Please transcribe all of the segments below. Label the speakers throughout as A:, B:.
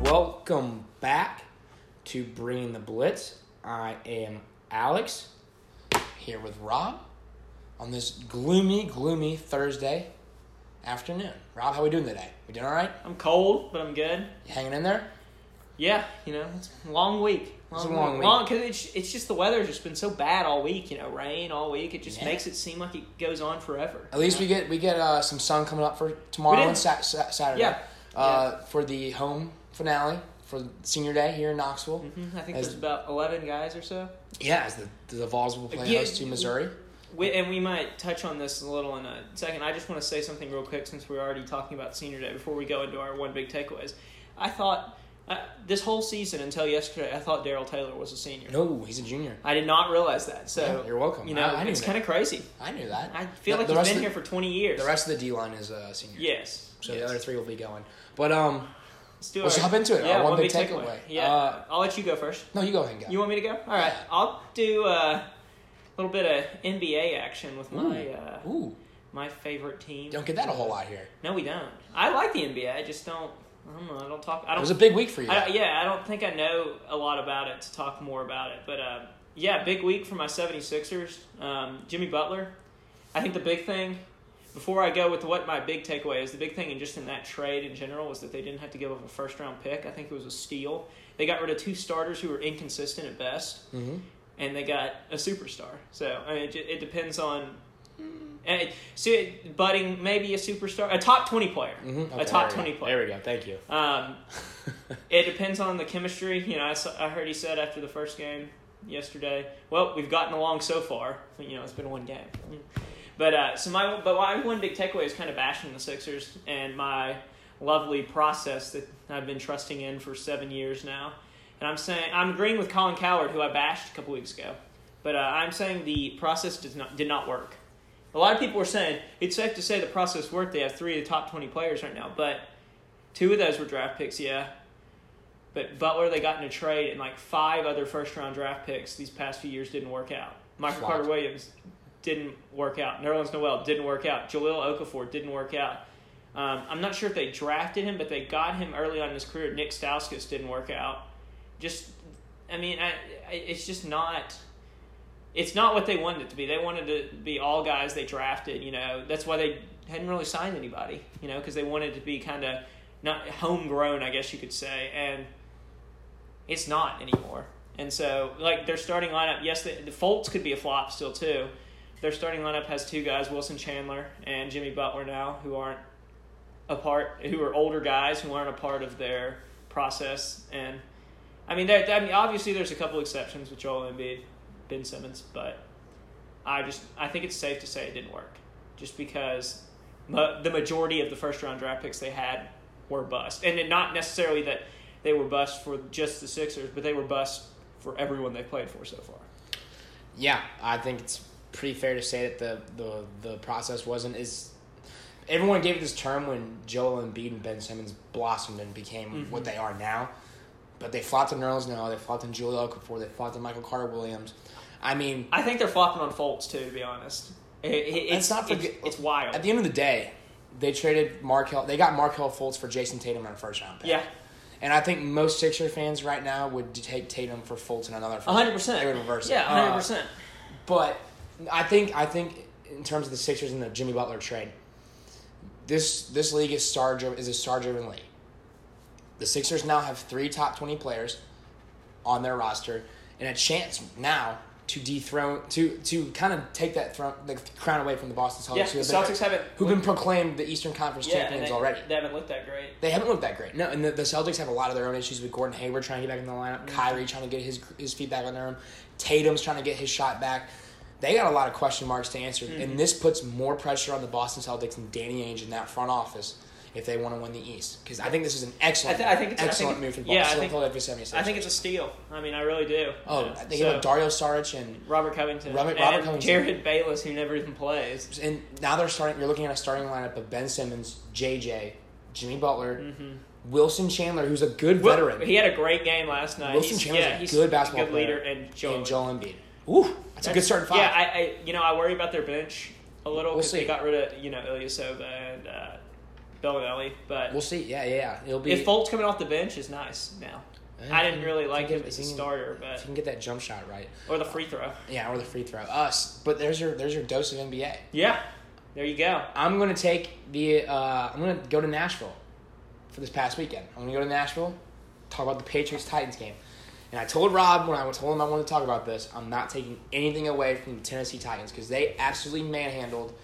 A: Welcome back to Bringing the Blitz. I am Alex here with Rob on this gloomy, gloomy Thursday afternoon. Rob, how we doing today? We doing all right?
B: I'm cold, but I'm good.
A: You hanging in there?
B: Yeah, you know, it's a long week.
A: It's a long week.
B: Long, cause it's, it's just the weather's just been so bad all week, you know, rain all week. It just
A: Yeah.
B: makes it seem like it goes on forever.
A: At least we get we get uh, some sun coming up for tomorrow
B: We did.
A: and sa- sa- Saturday
B: Yeah.
A: Uh, for the home finale for senior day here in Knoxville.
B: Mhm, I think
A: As-
B: there's about 11 guys or so.
A: Yeah, as the the Vols will play
B: Mm-hmm. Yeah.
A: host to Missouri.
B: We, and we might touch on this a little in a second. I just want to say something real quick since we're already talking about senior day before we go into our one big takeaways. I thought uh, this whole season until yesterday, I thought Daryl Taylor was a senior.
A: No, he's a junior.
B: I did not realize that. So,
A: Yeah, you're welcome.
B: you know,
A: I, I knew
B: it's
A: that.
B: kind of crazy.
A: I knew that.
B: I feel
A: The-
B: like
A: the
B: he's
A: rest
B: been
A: of
B: here for 20 years.
A: The rest of the D line is uh, senior.
B: Yes.
A: So
B: yes.
A: the other three will be going. But um,
B: Let's do
A: Let's
B: our-
A: hop into it.
B: Yeah,
A: Our one
B: one,
A: big
B: big,
A: takeaway.
B: takeaway. Yeah,
A: Uh,
B: I'll let you go first.
A: no, you go ahead and go.
B: You want me to go? All right, I'll do uh, a little bit of NBA action with my
A: Ooh.
B: uh,
A: Ooh,
B: my favorite team.
A: Hmm. don't get that a whole lot here.
B: No, we don't. I like the NBA. I just don't. I don't know. I don't talk. I
A: It
B: don't.
A: was a big week for you.
B: I, yeah, I don't think I know a lot about it to talk more about it. But uh, yeah, big week for my 76ers. Um, Jimmy Butler. I think the big thing, before I go with what my big takeaway is, the big thing and just in that trade in general was that they didn't have to give up a first round pick. I think it was a steal. They got rid of two starters who were inconsistent at best,
A: Mm-hmm.
B: and they got a superstar. So I mean, it, ju- it depends on. And it, see, budding maybe a superstar, a top 20 player.
A: Mm-hmm.
B: a top 20 player.
A: There we go. Thank you.
B: Um, it depends on the chemistry. You know, I, saw, I heard he said after the first game yesterday, "Well, we've gotten along so far." You know, it's been one game, but uh, so my but my one big takeaway is kind of bashing the Sixers and my lovely process that I've been trusting in for seven years now. And I'm saying I'm agreeing with Colin Coward, who I bashed a couple weeks ago, but uh, I'm saying the process does not did not work. A lot of people were saying it's safe to say the process worked. They have three of the top twenty players right now, but two of those were draft picks. Yeah, but Butler, they got in a trade, and like five other first round draft picks these past few years didn't work out. Michael
A: Flopped.
B: Carter Williams didn't work out. Nerlens Noel didn't work out. Jaleel Okafor didn't work out. Um, I'm not sure if they drafted him, but they got him early on in his career. Nick Stauskas didn't work out. Just, I mean, I, I, it's just not. It's not what they wanted it to be. They wanted to be all guys they drafted. You know, that's why they hadn't really signed anybody. You know, because they wanted to be kind of not homegrown, I guess you could say, and it's not anymore. And so, like their starting lineup, yes, the, the Fultz could be a flop still too. Their starting lineup has two guys, Wilson Chandler and Jimmy Butler now, who aren't a part, who are older guys who aren't a part of their process. And I mean, there, I mean, obviously there's a couple exceptions with Joel Embiid, Ben Simmons, but I just I think it's safe to say it didn't work, just because ma- the majority of the first round draft picks they had were bust, and it- not necessarily that they were bust for just the Sixers, but they were bust for everyone they played for so far.
A: Yeah, I think it's pretty fair to say that the the, the process wasn't as everyone gave it this term when Joel Embiid and Ben Simmons blossomed and became
B: Mm-hmm.
A: what they are now. But they flopped in Nerlens Noel, they flopped in Julio Okafor, they flopped in Michael Carter Williams. I mean,
B: I think they're flopping on Fultz too, to be honest. It, it-
A: Let's
B: it's
A: not forget-
B: it's, it's wild.
A: at the end of the day, they traded Markel. They got Markel Fultz for Jason Tatum on a first round pick.
B: yeah,
A: And I think most Sixer fans right now would take Tatum for Fulton another. first-
B: hundred percent.
A: They would reverse it.
B: Yeah, hundred
A: Uh,
B: percent.
A: But I think I think in terms of the Sixers and the Jimmy Butler trade, this this league is star dri- is a star driven league. The Sixers now have three top twenty players on their roster and a chance now to dethrone to to kind of take that throne the crown away from the Boston Celtics
B: Yeah,
A: who
B: the
A: have been,
B: Celtics haven't
A: who've been proclaimed the Eastern Conference
B: yeah, and
A: champions
B: they,
A: already
B: They haven't looked that great.
A: they haven't looked that great. No, and the, the Celtics have a lot of their own issues with Gordon Hayward trying to get back in the lineup,
B: Mm-hmm.
A: Kyrie trying to get his his feet back on their own, Tatum's trying to get his shot back. They got a lot of question marks to answer,
B: Mm-hmm.
A: and this puts more pressure on the Boston Celtics and Danny Ainge in that front office if they want to win the East. Because I think this is an excellent,
B: I thi- I think it's- I
A: excellent
B: think-
A: move for the
B: yeah, I
A: Boston
B: think-
A: Philadelphia 76
B: I think it's a steal. I mean, I really do.
A: oh,
B: Yeah.
A: they
B: So,
A: gave up Dario Saric and
B: Robert Covington,
A: Robert-
B: and
A: Robert Covington.
B: Jared Bayless, who never even plays.
A: and now they're starting. You're looking at a starting lineup of Ben Simmons, JJ, Jimmy Butler,
B: Mm-hmm.
A: Wilson Chandler, who's a good
B: Wil-
A: veteran.
B: He had a great game last night.
A: Wilson
B: he's,
A: Chandler's
B: yeah,
A: a
B: he's
A: good basketball
B: good leader,
A: player.
B: and Joel.
A: and Joel Embiid. Ooh, that's, a good starting five.
B: Yeah, I, I, you know, I worry about their bench a little
A: We'll
B: because
A: see.
B: they got rid of you know Ilyasova and uh, Bellinelli, but
A: We'll see. Yeah, yeah, yeah. It'll be
B: if Folt's coming off the bench is nice now.
A: Yeah,
B: I
A: if
B: didn't
A: he-
B: really
A: if he
B: like
A: can-
B: him
A: if
B: as
A: he
B: a
A: can-
B: starter,
A: If you
B: but
A: can get that jump shot right,
B: or the free throw.
A: yeah, or the free throw. Us, but there's your there's your dose of NBA.
B: Yeah, there you go.
A: I'm gonna take the. Uh, I'm gonna go to Nashville for this past weekend. I'm gonna go to Nashville, talk about the Patriots Titans game. And I told Rob when I told him I wanted to talk about this, I'm not taking anything away from the Tennessee Titans because they absolutely manhandled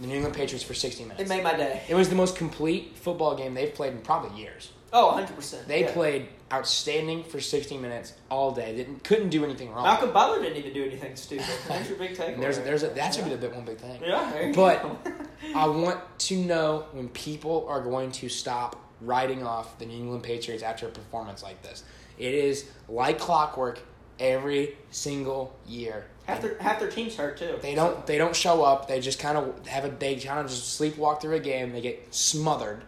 A: the New England Patriots for 60
C: It
A: minutes.
C: made my day.
A: It was the most complete football game they've played in probably years.
C: Oh, 100 percent.
A: They played outstanding for 60 minutes all day. Didn't couldn't do anything wrong.
C: Malcolm Butler didn't even do anything stupid. That's your big takeaway.
A: and there's there's a, that should be the bit one big thing.
C: yeah. there you
A: But-
C: go.
A: I want to know when people are going to stop writing off the New England Patriots after a performance like this. It is like clockwork every single year.
C: half their half their teams hurt too.
A: They don't they don't show up. They just kind of have a they kind of just sleepwalk through a game. They get smothered,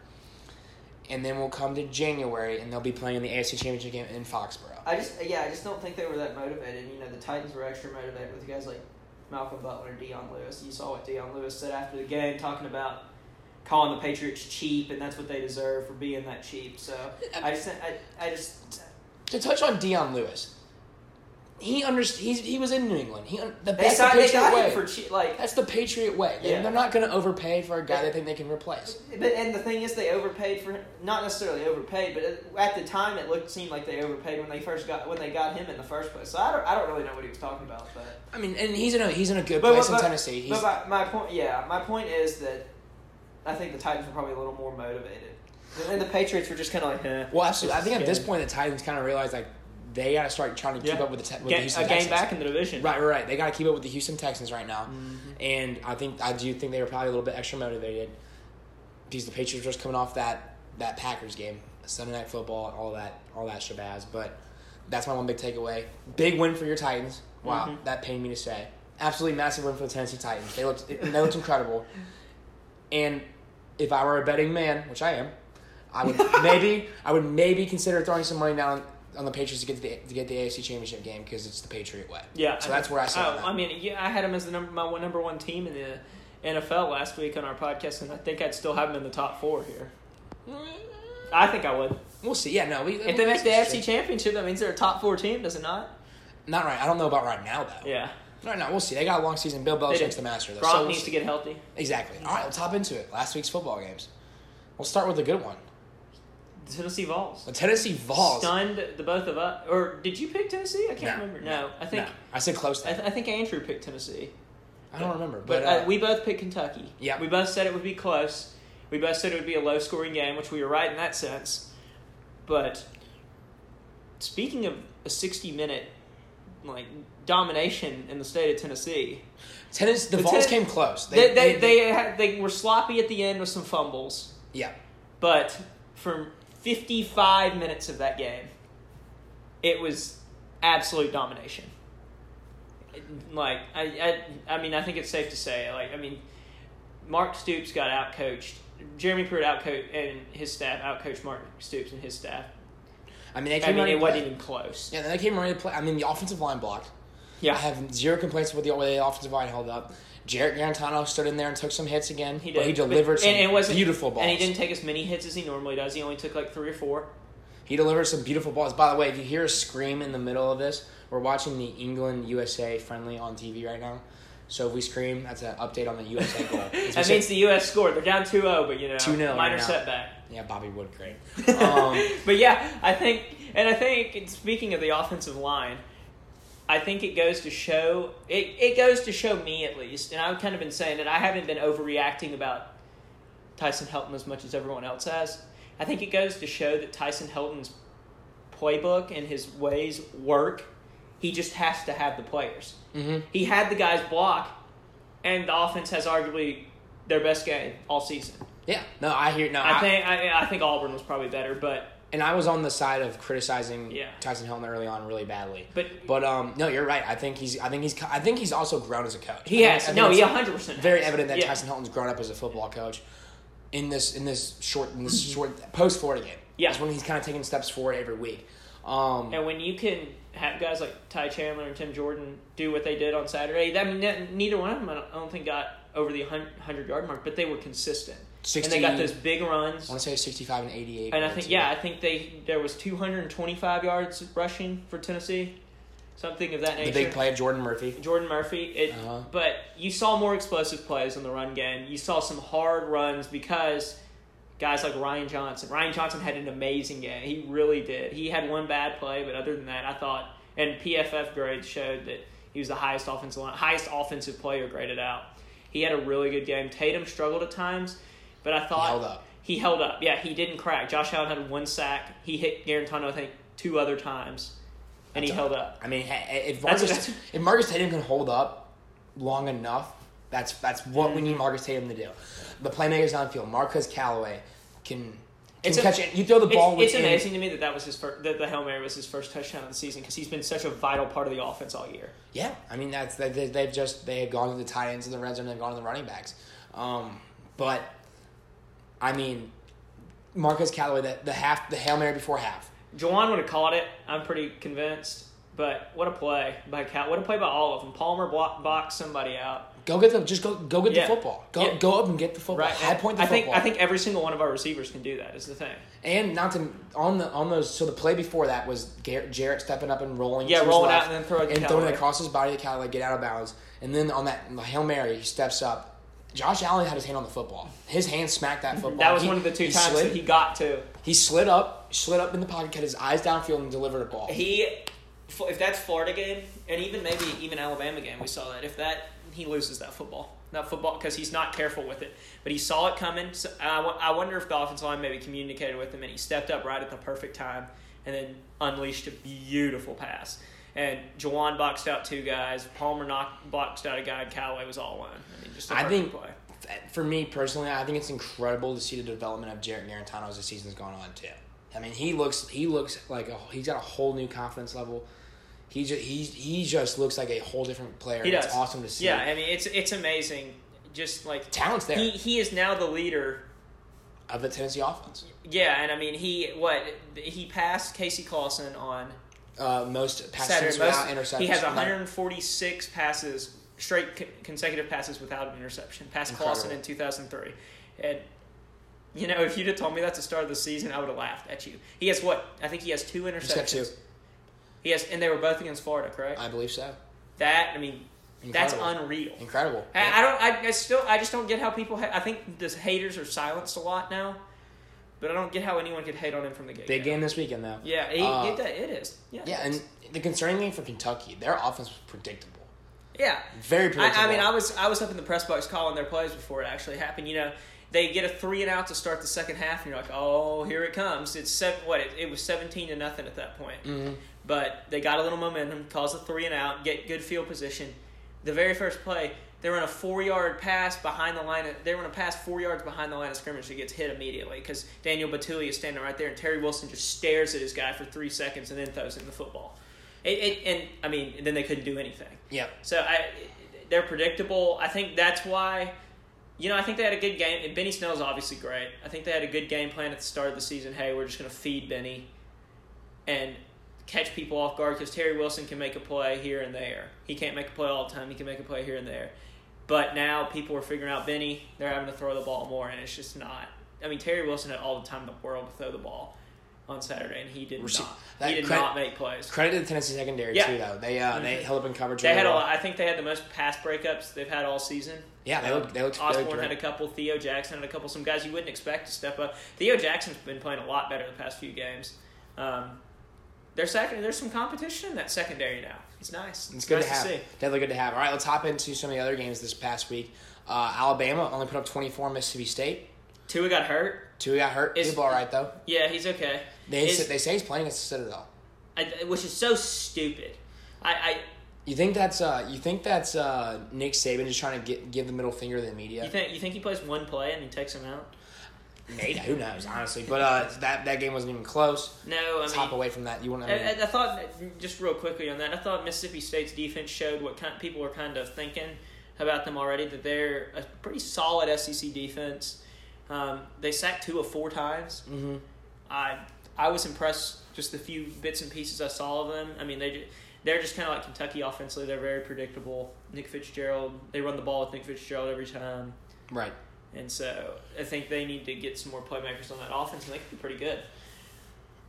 A: and then we'll come to January and they'll be playing in the AFC Championship game in Foxborough.
C: I just yeah, I just don't think they were that motivated. You know, the Titans were extra motivated with guys like Malcolm Butler and Deion Lewis. You saw what Deion Lewis said after the game, talking about calling the Patriots cheap, and that's what they deserve for being that cheap. So I just I, I just
A: To touch on Dion Lewis, he under, he's, he was in New England. He un- the
C: they
A: best
C: signed they
A: Patriot
C: got
A: way.
C: him for cheap. Like,
A: That's the Patriot way. They-
C: Yeah.
A: They're not going to overpay for a guy they think they can replace.
C: but and the thing is, they overpaid for him. Not necessarily overpaid, but at the time, it looked seemed like they overpaid when they first got when they got him in the first place. So I don't I don't really know what he was talking about, but.
A: I mean, and he's in a he's in a good
C: But-
A: place
C: but-
A: in
C: but-
A: Tennessee. He's,
C: But my, my point, yeah, my point is that I think the Titans were probably a little more motivated, and the Patriots were just kind of like, eh.
A: well, absolutely. I think at this
C: Yeah.
A: point, the Titans kind of realize like they got to start trying to keep
B: Yeah.
A: up with the, te- with the
B: Get,
A: Houston
B: a game
A: Texans.
B: back in the division. Mm-hmm.
A: Right, right, right. They got to keep up with the Houston Texans right now, and I think I do think they were probably a little bit extra motivated because the Patriots were just coming off that that Packers game, Sunday Night Football, all that, all that shabazz. But that's my one big takeaway. Big win for your Titans. Wow,
B: Mm-hmm.
A: that pained me to say. Absolutely massive win for the Tennessee Titans. They looked they looked incredible. And if I were a betting man, which I am, I would maybe I would maybe consider throwing some money down on the Patriots to get to the, to get the AFC Championship game because it's the Patriot way.
B: Yeah.
A: So that's where I saw
B: Oh,
A: that.
B: I mean, yeah, I had him as the number my one, number one team in the NFL last week on our podcast, and I think I'd still have him in the top four here. I think I would.
A: We'll see. Yeah, no. We,
B: If they make the AFC Championship, that means they're a top four team, does it not?
A: not right. I don't know about right now though.
B: Yeah.
A: Right now, we'll see. They got a long season. Bill
B: They
A: Belichick's the
B: do.
A: master though.
B: Gronk
A: so we'll
B: needs
A: see.
B: to get healthy.
A: exactly. All right, let's hop into it. Last week's football games. We'll start with a good one.
B: The Tennessee Vols.
A: The Tennessee Vols.
B: Stunned the both of us. Or did you pick Tennessee? I can't
A: No.
B: remember. No, I think
A: no, I said close.
B: I,
A: That.
B: th- I think Andrew picked Tennessee,
A: I don't remember,
B: but,
A: but,
B: uh,
A: uh,
B: we both picked Kentucky.
A: Yeah.
B: we both said it would be close. We both said it would be a low scoring game, which we were right in that sense. But speaking of a sixty minute like domination in the state of Tennessee,
A: Tennessee. The,
B: the
A: Vols
B: Ten-
A: came close.
B: they they they, had, they were sloppy at the end with some fumbles,
A: yeah.
B: but from fifty five minutes of that game, it was absolute domination. Like I, I, I mean, I think it's safe to say, like, I mean, Mark Stoops got outcoached. Jeremy Pruitt outcoached and his staff outcoached Mark Stoops and his staff.
A: I mean, they
B: I
A: came.
B: mean,
A: ready
B: it
A: to
B: wasn't
A: play.
B: even close.
A: Yeah, they came ready to play. I mean, the offensive line blocked. I
B: Yeah,
A: have zero complaints with the way the offensive line held up. Jarrett Garantano stood in there and took some hits again.
B: he did.
A: but he delivered
B: But-
A: some
B: and it wasn't-
A: beautiful balls.
B: and he didn't take as many hits as he normally does. He only took like three or four.
A: He delivers some beautiful balls. By the way, if you hear a scream in the middle of this, we're watching the England USA friendly on TV right now. So if we scream, that's an update on the USA goal. It's-
B: That means the U.S. scored. They're down 2-0, but you know,
A: 2-0 right
B: minor
A: now.
B: setback.
A: yeah, Bobby Wood, great. Um,
B: but yeah, I think, and I think, and speaking of the offensive line, I think it goes to show it, it goes to show me at least, and I've kind of been saying that I haven't been overreacting about Tyson Helton as much as everyone else has. I think it goes to show that Tyson Helton's playbook and his ways work. He just has to have the players.
A: mhm.
B: He had the guys block, and the offense has arguably their best game all season.
A: Yeah, no, I hear no.
B: I
A: I
B: think I, I think Auburn was probably better, but
A: and I was on the side of criticizing
B: Yeah.
A: Tyson Helton early on really badly.
B: but
A: But um, no, you're right. I think he's. I think he's. I think he's also grown as a coach.
B: He
A: I
B: has.
A: think- I think
B: no,
A: it's
B: he 100%.
A: Very
B: has.
A: evident that
B: yeah.
A: Tyson Helton's grown up as a football coach. In this, in this short, in this short post Florida game,
B: Mm-hmm. Yeah.
A: is when he's kind of taking steps forward every week. Um,
B: And when you can have guys like Ty Chandler and Tim Jordan do what they did on Saturday, I mean, ne- neither one of them, I don't, I don't think, got over the 100 yard mark, but they were consistent. and
A: 60,
B: they got those big runs.
A: I want to say 65 and 88.
B: And I
A: were
B: think
A: two.
B: yeah, I think they there was 225 yards rushing for Tennessee, something of that
A: The
B: nature.
A: big play of Jordan Murphy.
B: Jordan Murphy. It,
A: Uh-huh.
B: but you saw more explosive plays in the run game. You saw some hard runs because guys like Ryan Johnson. Ryan Johnson had an amazing game. He really did. He had one bad play, but other than that, I thought and PFF grades showed that he was the highest offensive line, highest offensive player graded out. He had a really good game. Tatum struggled at times, but I thought
A: held up.
B: He held up. Yeah, he didn't crack. Josh Allen had one sack. He hit Garantano, I think, two other times, and he
A: That's
B: held up.
A: I mean, hey, if
B: That's-
A: Marcus,
B: that's-
A: if Marcus Tatum can hold up long enough, that's that's what we
B: Mm-hmm.
A: need Marcus Tatum to do. The playmakers downfield, Marcus Callaway can, can
B: It's a-
A: catch it. You throw the
B: It's,
A: ball
B: it's
A: within-
B: amazing to me that that was his first, that the Hail Mary was his first touchdown of the season because he's been such a vital part of the offense all year.
A: Yeah, I mean that's they, they- they've just they have gone to the tight ends and the red zone. They've gone to the running backs, um, but I mean Marcus Callaway, the, the half, the hail mary before half.
B: Jawan would have caught it, I'm pretty convinced. But what a play by Cal! What a play by all of them. Palmer block boxed somebody out.
A: Go get the just go go get
B: Yeah.
A: the football. Go
B: Yeah.
A: go up and get the football.
B: Right.
A: High point the
B: I think
A: football.
B: I think every single one of our receivers can do that. Is the thing.
A: and not to on the on those. So the play before that was Garrett, Jarrett stepping up and rolling.
B: Yeah,
A: to his
B: rolling
A: left
B: out and then throwing to
A: and throwing
B: Callaway.
A: it across his body to Callaway, get out of bounds. And then on that hail mary, he steps up. Josh Allen had his hand on the football. His hand smacked that football.
B: Mm-hmm. That was
A: He-
B: one of the two
A: he
B: times
A: slid-
B: that he got to.
A: He slid up, slid up in the pocket, cut his eyes downfield, and delivered a ball.
B: He, if that's Florida game, and even maybe even Alabama game, we saw that. If that he loses that football, that football because he's not careful with it. But he saw it coming. So I, wo- I wonder if the offensive line maybe communicated with him, and he stepped up right at the perfect time, and then unleashed a beautiful pass. And Jawan boxed out two guys. Palmer knocked, boxed out a guy. And Callaway was all alone. I mean, just a
A: I
B: perfect
A: think-
B: play.
A: For me personally, I think it's incredible to see the development of Jarrett Garantano as the season's gone on too. I mean, he looks he looks like a he's got a whole new confidence level. He just he he just looks like a whole different player.
B: He
A: it's
B: does.
A: awesome to see.
B: Yeah, I mean, it's it's amazing. Just like
A: talent's there
B: he, he is now the leader
A: of the Tennessee offense.
B: Yeah, and I mean he what he passed Casey Clawson on
A: Uh, most passes
B: Saturday.
A: without
B: Most-
A: interceptions.
B: he has
A: Like,
B: 146 passes straight co- consecutive passes without an interception. Passed Clawson in
A: Incredible.
B: 2003, and you know if you'd have told me that's the start of the season, I would have laughed at you. He has what I think he has two interceptions.
A: he's got two.
B: He has, and they were both against Florida, correct?
A: I believe so.
B: that I mean, that's
A: Incredible.
B: unreal.
A: Incredible.
B: I, I don't. I, I still. I just don't get how people. Ha- I think the haters are silenced a lot now, but I don't get how anyone could hate on him from the get.
A: Big game this weekend though.
B: Yeah, it,
A: Uh,
B: it, it is. Yeah,
A: Yeah, and the concerning thing for Kentucky, their offense was predictable,
B: yeah.
A: very predictable.
B: I, I mean, I was I was up in the press box calling their plays before it actually happened. You know, they get a three and out to start the second half, and you're like, oh, here it comes. It's seven. What it, it was seventeen to nothing at that point.
A: Mhm.
B: But they got a little momentum, cause a three and out, get good field position. The very first play, they run a four yard pass behind the line. Of, they run a pass four yards behind the line of scrimmage that gets hit immediately because Daniel Batuli is standing right there, and Terry Wilson just stares at his guy for three seconds and then throws him the football. It, it, and I mean, then they couldn't do anything.
A: yeah.
B: So I, they're predictable. I think that's why, you know, I think they had a good game. And Benny Snell's obviously great. I think they had a good game plan at the start of the season. Hey, we're just going to feed Benny and catch people off guard because Terry Wilson can make a play here and there. He can't make a play all the time. He can make a play here and there. But now people are figuring out Benny. They're having to throw the ball more, and it's just not. I mean, Terry Wilson had all the time in the world to throw the ball on Saturday, and he did
A: Rece-
B: not.
A: that
B: He did
A: credit-
B: not make plays.
A: Credit to the Tennessee secondary
B: Yeah. Mm-hmm.
A: too, though. They uh, they held up in coverage.
B: They
A: really
B: had a
A: well.
B: lot. I think they had the most pass breakups they've had all season.
A: Yeah, they looked- they looked- they looked
B: Osborne
A: great.
B: had a couple. Theo Jackson had a couple. Some guys you wouldn't expect to step up. Theo Jackson's been playing a lot better the past few games. Um, their second, there's some competition in that secondary now. It's nice.
A: It's good
B: nice
A: to have.
B: see.
A: Definitely good to have. All right, let's hop into some of the other games this past week. Uh, Alabama only put up 24 on Mississippi State.
B: Tua got hurt.
A: Two got hurt.
B: Is-
A: People all right though.
B: Yeah, he's okay.
A: They
B: Is-
A: said they say he's playing against the Citadel.
B: I, which is so stupid. I, I
A: You think that's uh, you think that's uh, Nick Saban just trying to get, give the middle finger to the media?
B: you think you think he plays one play and he takes him out?
A: Maybe who knows honestly, but uh, that that game wasn't even close.
B: No, I
A: Let's
B: mean
A: hop away from that. You want
B: I,
A: to?
B: I, I thought just real quickly on that. I thought Mississippi State's defense showed what kind people were kind of thinking about them already. That they're a pretty solid SEC defense. Um, they sacked two of four times.
A: hmm
B: I I was impressed just the few bits and pieces I saw of them. I mean they ju- they're just kind of like Kentucky offensively. They're very predictable. Nick Fitzgerald. They run the ball with Nick Fitzgerald every time.
A: Right.
B: And so I think they need to get some more playmakers on that offense, and they could be pretty good.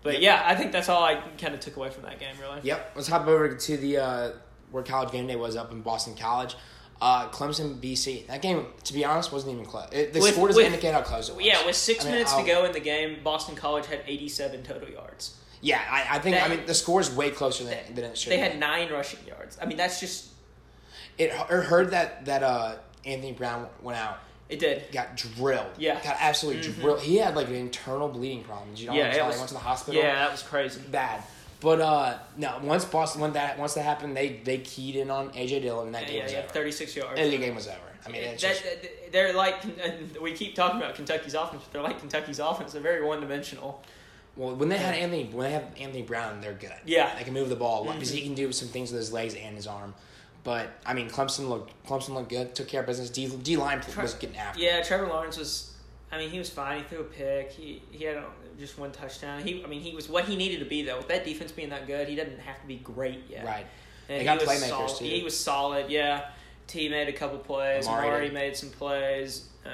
B: But yeah, I think that's all I kind of took away from that game, really.
A: Yep. Let's hop over to the uh, where college game day was up in Boston College. Uh, Clemson, BC. That game, to be honest, wasn't even close. It, the
B: With-
A: score doesn't
B: with-
A: indicate how close it was.
B: Yeah, with 6
A: I mean,
B: minutes
A: I'll-
B: to go in the game, Boston College had 87 total yards.
A: Yeah, I, I think I
B: They-
A: mean the score is way closer than, than it should.
B: They
A: be.
B: had nine rushing yards. I mean, that's just
A: it. I heard that that uh, Anthony Brown went out,
B: it did.
A: got drilled.
B: Yeah. Mm-hmm.
A: got absolutely drilled. He had like an internal bleeding problem. Did you know?
B: Yeah,
A: what I'm
B: it
A: saying?
B: was-
A: He went to the hospital.
B: Yeah, that was crazy.
A: bad. But uh, no, once Boston, when that once that happened, they they keyed in on AJ Dillon, and that game
B: Yeah,
A: was
B: yeah,
A: over.
B: 36 yards.
A: And the game was over. I mean,
B: That,
A: it's just,
B: that- they're like and we keep talking about Kentucky's offense, but they're like Kentucky's offense. They're very one dimensional.
A: well, when they had Anthony, when they have Anthony Brown, they're good.
B: Yeah.
A: they can move the ball because
B: Mm-hmm.
A: he can do some things with his legs and his arm. But I mean, Clemson looked Clemson looked good, took care of business. D, D line was getting after.
B: Yeah, Trevor Lawrence was. I mean, he was fine. He threw a pick. He he had a, just one touchdown. He I mean he was what he needed to be though. With that defense being that good, he doesn't have to be great yet.
A: right.
B: And
A: They got
B: he was
A: playmakers,
B: solid.
A: too.
B: He was solid. Yeah, T made a couple plays.
A: Amari
B: Amari,
A: did.
B: made some plays. Uh,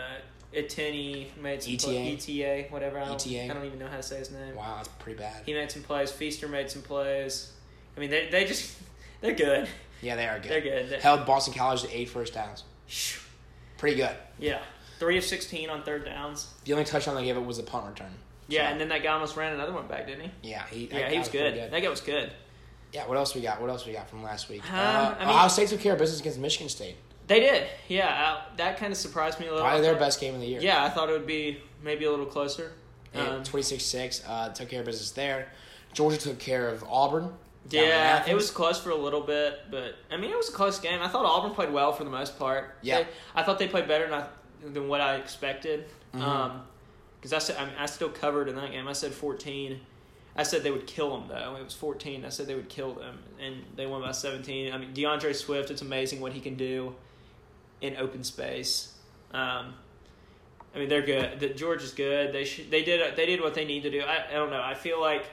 B: Etienne made some
A: ETA.
B: plays. ETA, whatever. I don't,
A: ETA.
B: I don't even know how to say his name.
A: E Wow, that's pretty bad.
B: He made some plays. Feaster made some plays. I mean, they they just they're good.
A: Yeah, they are good.
B: They're good. They-
A: Held Boston College to eight first downs.
B: Shoo.
A: Pretty good.
B: Yeah, three of sixteen on third downs.
A: The only touchdown they gave it was a punt return.
B: Yeah, and then that guy almost ran another one back, didn't he?
A: Yeah, he. that
B: Yeah,
A: guy
B: he was
A: pretty
B: good. That guy was good.
A: Yeah, what else we got? What else we got from last week?
B: Um,
A: uh,
B: I mean-
A: Ohio State took care of business against Michigan State.
B: They did. Yeah, uh, that kind of surprised me a little.
A: Probably their best game of the year.
B: Yeah, I thought it would be maybe a little closer. Um,
A: 26 6, uh, took care of business there. Georgia took care of Auburn. down in
B: yeah,
A: Athens.
B: it was close for a little bit, but I mean it was a close game. I thought Auburn played well for the most part.
A: Yeah.
B: They- I thought they played better than, I, than what I expected.
A: Mhm.
B: Um, because I said I, mean, I still covered in that game. I said fourteen. I said they would kill them though. It was fourteen. I said they would kill them, and they won by seventeen. I mean DeAndre Swift. It's amazing what he can do in open space. Um, I mean they're good. The, Georgia's good. They should, they did they did what they need to do. I, I don't know. I feel like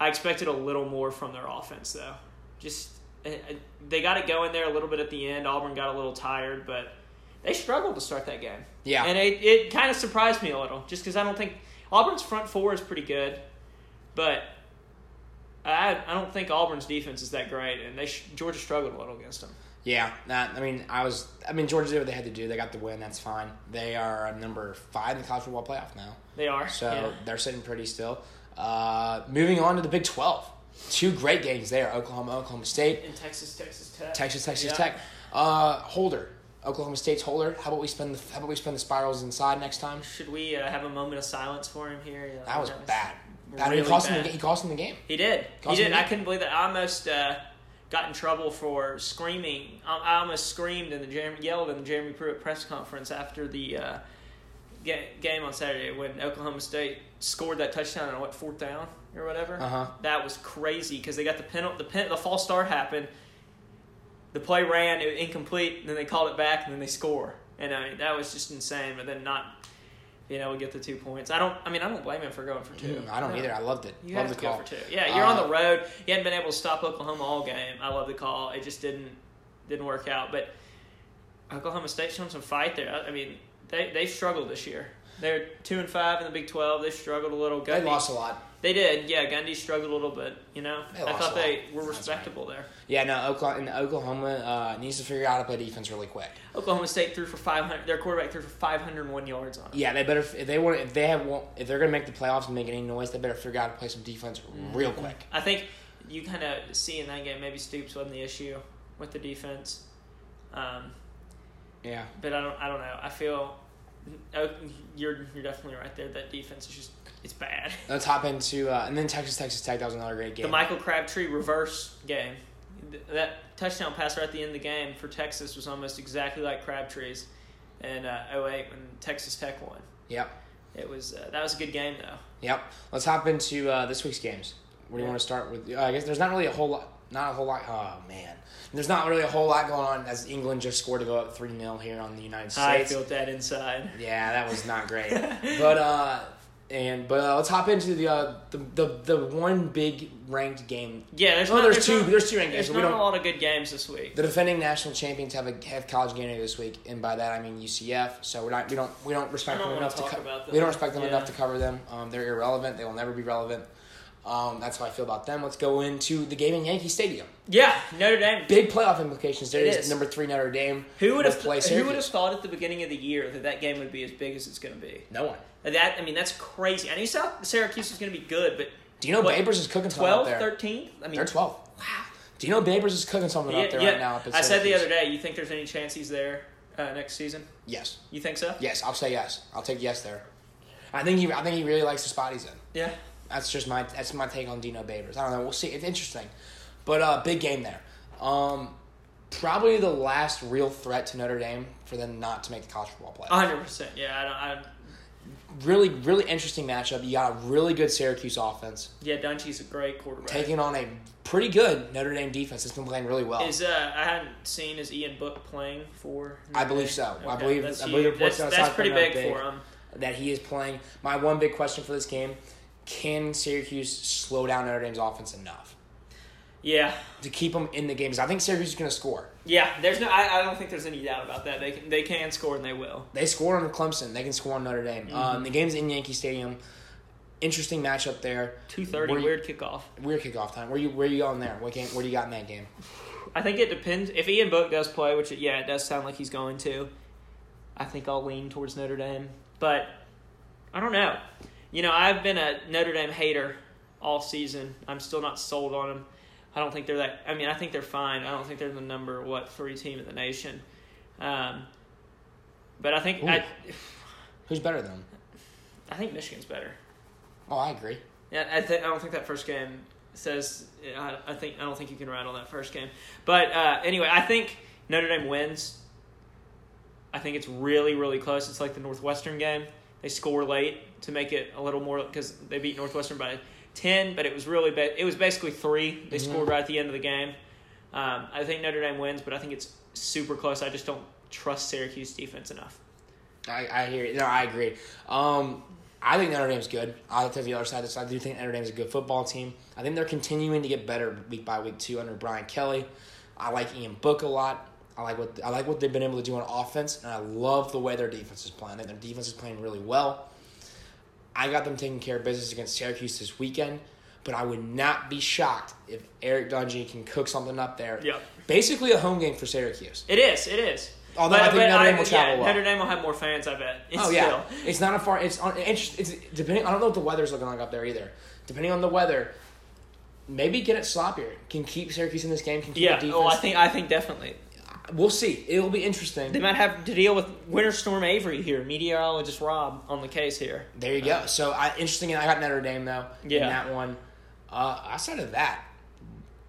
B: I expected a little more from their offense though. Just I- I- they got it going there a little bit at the end. Auburn got a little tired, but they struggled to start that game.
A: Yeah.
B: And it, it kind of surprised me a little, just because I don't think Auburn's front four is pretty good, but I I don't think Auburn's defense is that great, and they sh- Georgia struggled a little against them.
A: yeah, that, I mean, I was. I mean, Georgia did what they had to do. They got the win. That's fine. They are number five in the college football playoff now.
B: They are
A: So
B: yeah.
A: they're sitting pretty still. Uh, moving on to the Big 12. Two great games there Oklahoma, Oklahoma State.
B: in Texas, Texas Tech,
A: Texas, Texas
B: Yeah.
A: Tech. Uh, Holder, Oklahoma State's Holder. How about we spend the How about we spend the spirals inside next time?
B: Should we uh, have a moment of silence for him here? Yeah,
A: That was bad. Bad. he
B: really
A: cost him.
B: bad.
A: The, he cost him the game.
B: He did.
A: Cost
B: he
A: him
B: did.
A: the
B: I
A: game.
B: couldn't believe that. I almost uh, got in trouble for screaming. I, I almost screamed and the Jeremy, yelled in the Jeremy Pruitt press conference after the uh, ga- game on Saturday when Oklahoma State scored that touchdown on what fourth down or whatever.
A: Uh huh.
B: That was crazy because they got the penalty. The pen, the false start happened. The play ran it was incomplete. And then they called it back, and then they score. And I mean that was just insane. But then not being able to get the two points. I don't. I mean I don't blame him for going for two.
A: Mm, I don't
B: No.
A: either. I loved it.
B: You
A: Loved
B: have
A: the
B: to
A: call.
B: go for two. Yeah, you're
A: Uh,
B: on the road. You hadn't been able to stop Oklahoma all game. I love the call. It just didn't didn't work out. But Oklahoma State's shown some fight there. I, I mean, they they struggled this year. They're two and five in the Big Twelve. They struggled a little.
A: They
B: Gundy,
A: lost a lot.
B: They did. Yeah, Gundy struggled a little bit. You know,
A: They
B: I
A: lost a
B: thought they
A: lot.
B: were
A: That's right.
B: respectable there.
A: Yeah, no. Oklahoma and Oklahoma uh, needs to figure out how to play defense really quick.
B: Oklahoma State threw for five hundred. Their quarterback threw for five hundred one yards on. it.
A: Yeah, they better if they want if they have want- if they're gonna make the playoffs and make any noise, they better figure out how to play some defense
B: Mm-hmm.
A: real quick.
B: I think you kind of see in that game maybe Stoops wasn't the issue with the defense. Um,
A: Yeah.
B: But I don't. I don't know. I feel oh, you're you're definitely right there. That defense is just it's bad.
A: Let's hop into uh, and then Texas, Texas Tech. That was another great game.
B: The Michael Crabtree reverse game, Th- that touchdown pass right at the end of the game for Texas was almost exactly like Crabtree's in uh, 08 when Texas Tech won.
A: yep.
B: It was uh, that was a good game though.
A: Yep. Let's hop into uh, this week's games. Where do you
B: Yeah.
A: want to start with? Uh, I guess there's not really a whole lot. Not a whole lot. Oh man, there's not really a whole lot going on as England just scored to go up three 0 here on the United
B: I
A: States.
B: feel dead inside.
A: yeah, that was not great. but uh, And but uh, let's hop into the, uh, the the the one big ranked game.
B: Yeah, there's
A: Oh,
B: not,
A: there's
B: there's
A: two-
B: not-
A: there's two ranked games, so
B: There's
A: we
B: not a
A: don't-
B: lot of good games this week.
A: The defending national champions have a have college game day this week, and by that I mean UCF. So we're not we don't we don't respect
B: I don't
A: them
B: wanna
A: enough to
B: talk
A: co-
B: about them.
A: we don't respect them
B: Yeah.
A: enough to cover them. Um, they're irrelevant. They will never be relevant. Um, that's how I feel about them. Let's go into the game in Yankee Stadium.
B: Yeah, Notre Dame.
A: Big playoff implications. There
B: It
A: is,
B: is.
A: number three Notre Dame.
B: Who would have
A: will play
B: Who would have
A: Syracuse.
B: thought at the beginning of the year that that game would be as big as it's going to be?
A: No one.
B: That I mean, that's crazy. I knew South Syracuse was going to be good, but
A: Dino
B: What,
A: Babers is cooking something out
B: 12,
A: there.
B: 13? I mean,
A: They're twelve. Wow. Dino Babers is cooking something out there right now. up at
B: I said the
A: Syracuse.
B: other day. You think there's any chance he's there uh, next season?
A: Yes.
B: You think so?
A: Yes, I'll say yes. I'll take yes there. I think he. I think he really likes the spot he's in.
B: Yeah.
A: That's just my. That's my take on Dino Babers. I don't know. We'll see. It's interesting, but uh, big game there. Um, probably the last real threat to Notre Dame for them not to make the college football play.
B: A hundred percent. Yeah. I don't. I,
A: really, really interesting matchup. You got a really good Syracuse offense
B: yeah. Dungy's a great quarterback.
A: taking on a pretty good Notre Dame defense that's been playing really well.
B: Is uh, I hadn't seen is Ian Book playing for?
A: I believe so. I believe-
B: that's
A: I believe
B: huge.
A: reports
B: that's,
A: on
B: that's
A: South
B: pretty big,
A: Carolina
B: for
A: big.
B: him.
A: that he is playing. My one big question for this game: Can Syracuse slow down Notre Dame's offense enough
B: Yeah,
A: to keep them in the games? I think Syracuse is going to score.
B: yeah. There's no. I, I don't think there's any doubt about that. They can, they can score and they will.
A: They score on Clemson. They can score on Notre Dame. Um, the game's in Yankee Stadium. Interesting matchup there.
B: Two thirty.
A: Where you-
B: Weird kickoff.
A: Weird kickoff time. Where you where you going there? What game? Where do you got in that game?
B: I think it depends if Ian Book does play, which yeah, it does sound like he's going to. I think I'll lean towards Notre Dame, but I don't know. You know, I've been a Notre Dame hater all season. I'm still not sold on them. I don't think they're that. I mean, I think they're fine. I don't think they're the number what three team in the nation. Um, but I think I,
A: Who's better than them?
B: I think Michigan's better.
A: Oh, I agree.
B: Yeah, I, th- I don't think that first game says. I, I think I don't think you can rattle that first game. But uh, anyway, I think Notre Dame wins. I think it's really really close. It's like the Northwestern game. They score late to make it a little more because they beat Northwestern by ten, but it was really ba- it was basically three. They
A: Mhm.
B: scored right at the end of the game. Um, I think Notre Dame wins, but I think it's super close. I just don't trust Syracuse defense enough.
A: I, I hear you. No, I agree. Um, I think Notre Dame's good. I'll take the other side of this. I do think Notre Dame's a good football team. I think they're continuing to get better week by week too under Brian Kelly. I like Ian Book a lot. I like what I like what they've been able to do on offense, and I love the way their defense is playing. I think their defense is playing really well. I got them taking care of business against Syracuse this weekend, but I would not be shocked if Eric Dungy can cook something up there.
B: Yep.
A: Basically a home game for Syracuse.
B: It is. It is.
A: Although I think Notre Dame will travel
B: yeah,
A: well.
B: Notre Dame will have more fans, I bet.
A: Oh
B: Still.
A: yeah, it's not a far. It's on. It's, it's depending. I don't know what the weather's looking like up there either. Depending on the weather, maybe get it sloppier. Can keep Syracuse in this game. Can keep
B: Yeah.
A: the defense.
B: Oh, I think I think definitely
A: we'll see. It'll be interesting.
B: they might have to deal with Winter Storm Avery here. Meteorologist Rob on the case here.
A: There you go. So I, interesting. and I got Notre Dame though.
B: Yeah.
A: In that one. Uh, outside of that,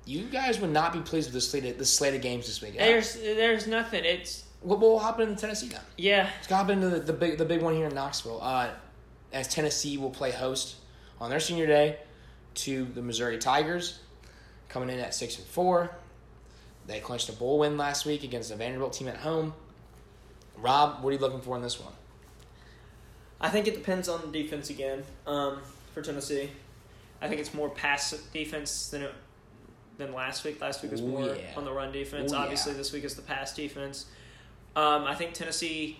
A: you guys would not be pleased with the slate. Of, the slate of games this weekend.
B: There's there's nothing. It's
A: what will happen in Tennessee then?
B: yeah.
A: Let's hop into the, the big the big one here in Knoxville. Uh, as Tennessee will play host on their senior day to the Missouri Tigers, coming in at six and four. They clinched a bowl win last week against the Vanderbilt team at home. Rob, what are you looking for in this one?
B: I think it depends on the defense again um, for Tennessee. I think it's more pass defense than it, than last week. Last week was
A: Ooh,
B: more
A: yeah.
B: on the run defense.
A: Ooh,
B: Obviously,
A: yeah.
B: this week is the pass defense. Um, I think Tennessee,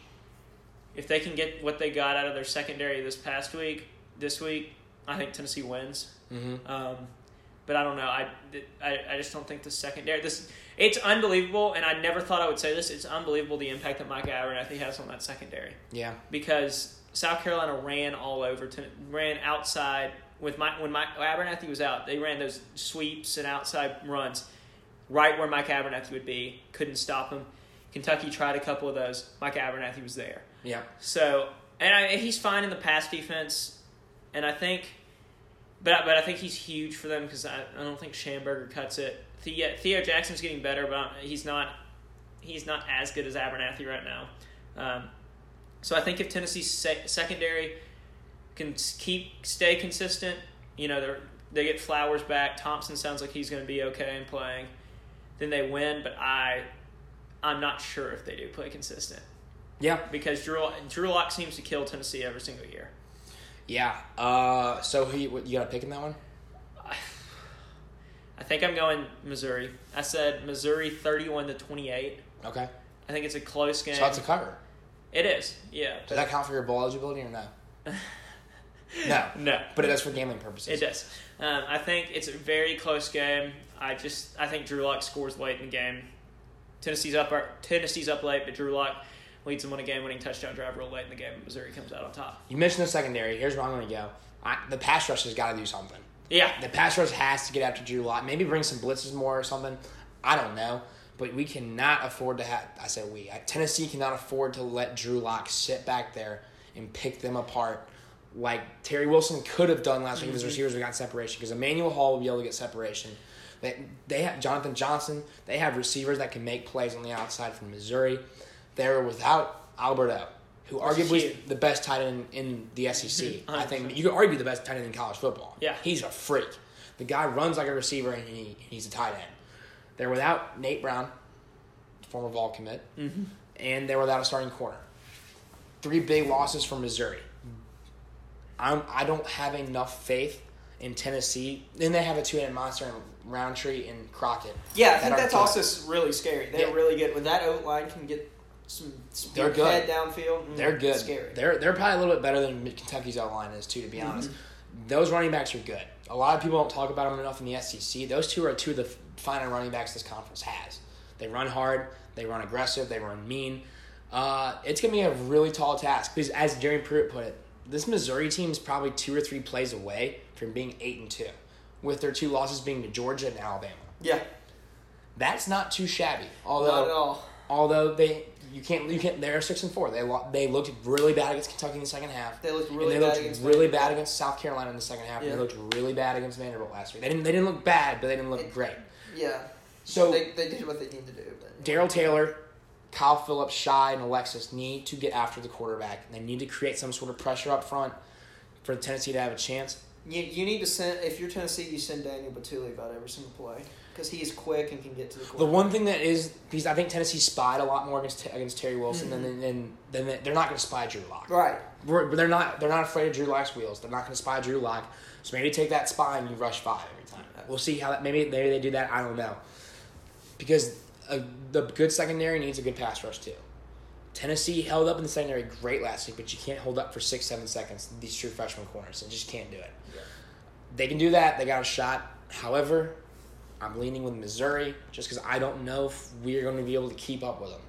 B: if they can get what they got out of their secondary this past week, this week, I think Tennessee wins.
A: Mm-hmm.
B: Um, but I don't know. I, I, I just don't think the secondary. This it's unbelievable, and I never thought I would say this. It's unbelievable the impact that Mike Abernathy has on that secondary
A: Yeah,
B: because South Carolina ran all over, Ten- ran outside with Mike when Mike Abernathy was out. They ran those sweeps and outside runs right where Mike Abernathy would be. Couldn't stop him. Kentucky tried a couple of those. Mike Abernathy was there.
A: yeah.
B: So, and I, he's fine in the pass defense, and I think, but I- but I think he's huge for them because I, I don't think Schamberger cuts it. Theo, Theo Jackson's getting better, but he's not he's not as good as Abernathy right now. Um, so I think if Tennessee's sec- secondary can s- keep stay consistent, you know they they get Flowers back. Thompson sounds like he's going to be okay and playing. Then they win, but I I'm not sure if they do play consistent
A: Yeah,
B: because Drew Drew Lock seems to kill Tennessee every single year.
A: Yeah. Uh, so who you, what, you got a pick in that one?
B: I think I'm going Missouri. I said Missouri 31 to 28.
A: Okay.
B: I think it's a close game.
A: So it's a cover.
B: it is. Yeah.
A: Does that count for your bowl eligibility or no? No.
B: No.
A: But it does for gambling purposes.
B: It does. Um, I think it's a very close game. I just I think Drew Lock scores late in the game. Tennessee's up. uh, Tennessee's up late, but Drew Lock leads them on a game-winning touchdown drive real late in the game. and Missouri comes out on top.
A: You mentioned the secondary. Here's where I'm going to go. I, the pass rush has got to do something.
B: Yeah,
A: The pass rush has to get after Drew Lock. Maybe bring some blitzes more or something. I don't know. But we cannot afford to have. I said we. I- Tennessee cannot afford to let Drew Lock sit back there and pick them apart like Terry Wilson could have done last week
B: Mm-hmm.
A: if his receivers would have gotten separation because Emmanuel Hall will be able to get separation. They, they have Jonathan Johnson. They have receivers that can make plays on the outside from Missouri. They're without Alberto, who
B: Which is
A: arguably is
B: huge.
A: the best tight end in the SEC. I think
B: 100%.
A: you could argue the best tight end in college football.
B: Yeah.
A: He's a freak. The guy runs like a receiver and he, he's a tight end. They're without Nate Brown, former Vol commit, and they're without a starting corner. Three big losses for Missouri. I'm, I don't have enough faith in Tennessee. Then they have a two-headed monster in Roundtree and Crockett.
C: Yeah, I
A: That
C: think
A: are
C: that's
A: good.
C: also s- really scary. They're
A: Yeah.
C: really good. When that O line can get some speed
A: They're good.
C: head downfield, mm,
A: They're good.
C: Scary. Mm-hmm.
A: They're they're probably a little bit better than Kentucky's outline is too. To be honest, those running backs are good. A lot of people don't talk about them enough in the SEC. Those two are two of the f- finer running backs this conference has. They run hard. They run aggressive. They run mean. Uh, it's gonna be a really tall task because, as Jerry Pruitt put it, this Missouri team is probably two or three plays away from being eight and two, with their two losses being to Georgia and Alabama.
C: yeah,
A: That's not too shabby. Although
C: not at all.
A: although they you can't you can't they're six and four. They lo- they looked really bad against Kentucky in the second half.
C: They looked
A: And
C: really
A: they
C: bad
A: looked
C: against
A: really
C: Vanderbilt.
A: bad against South Carolina in the second half. and
C: Yeah.
A: They looked really bad against Vanderbilt last week. They didn't they didn't look bad, but they didn't look
C: It-
A: great.
C: Yeah.
A: So-
C: they, they did what they needed to do. But
A: Daryl Taylor, Kyle Phillips, Shy, and Alexis need to get after the quarterback. They need to create some sort of pressure up front for Tennessee to have a chance.
C: you, you need to send if you're Tennessee, you send Daniel Batuli about every single play because he's quick and can get to the
A: The
C: quarterback.
A: one thing that is because I think Tennessee spied a lot more against against Terry Wilson
C: Mm-hmm.
A: than, than than than they're not going to spy Drew Lock.
C: right.
A: We're, but they're not. They're not afraid of Drew Lock's wheels. They're not going to spy Drew Lock. So maybe take that spy and you rush five every time. We'll see how that. Maybe maybe they do that. I don't know. Because a, the good secondary needs a good pass rush too. Tennessee held up in the secondary great last week, but you can't hold up for six seven seconds. These true freshman corners, they just can't do it. They can do that. They got a shot. However, I'm leaning with Missouri just because I don't know if we're going to be able to keep up with them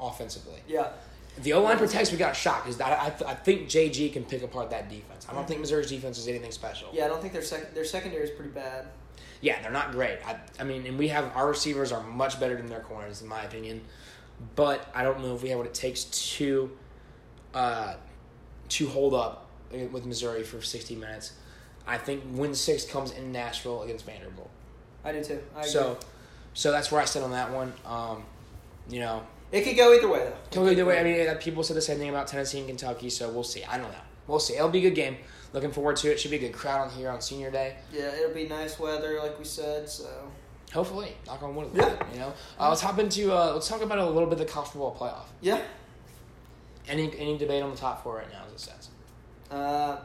A: offensively.
C: Yeah.
A: If the O line protects, we got a shot because I, I, I think JG can pick apart that defense. I don't think Missouri's defense is anything special.
C: Mm-hmm. Yeah. I don't think their second their secondary is pretty bad.
A: Yeah, they're not great. I, I mean, and we have our receivers are much better than their corners, in my opinion. But I don't know if we have what it takes to, uh, to hold up with Missouri for sixty minutes. I think Win Six comes in Nashville against Vanderbilt.
C: I do too. I agree.
A: So, so that's where I sit on that one. Um, you know,
C: it could go either way though.
A: Totally the way. I mean, uh, people said the same thing about Tennessee and Kentucky, so we'll see. I don't know. We'll see. It'll be a good game. Looking forward to it. Should be a good crowd on here on Senior Day.
C: Yeah, it'll be nice weather like we said. So
A: Hopefully, knock on wood. a little
C: Yeah.
A: bit, You know, uh, let's hop into. Uh, let's talk about a little bit of the college football playoff.
C: yeah.
A: Any any debate on the top four right now? As it says,
C: Uh,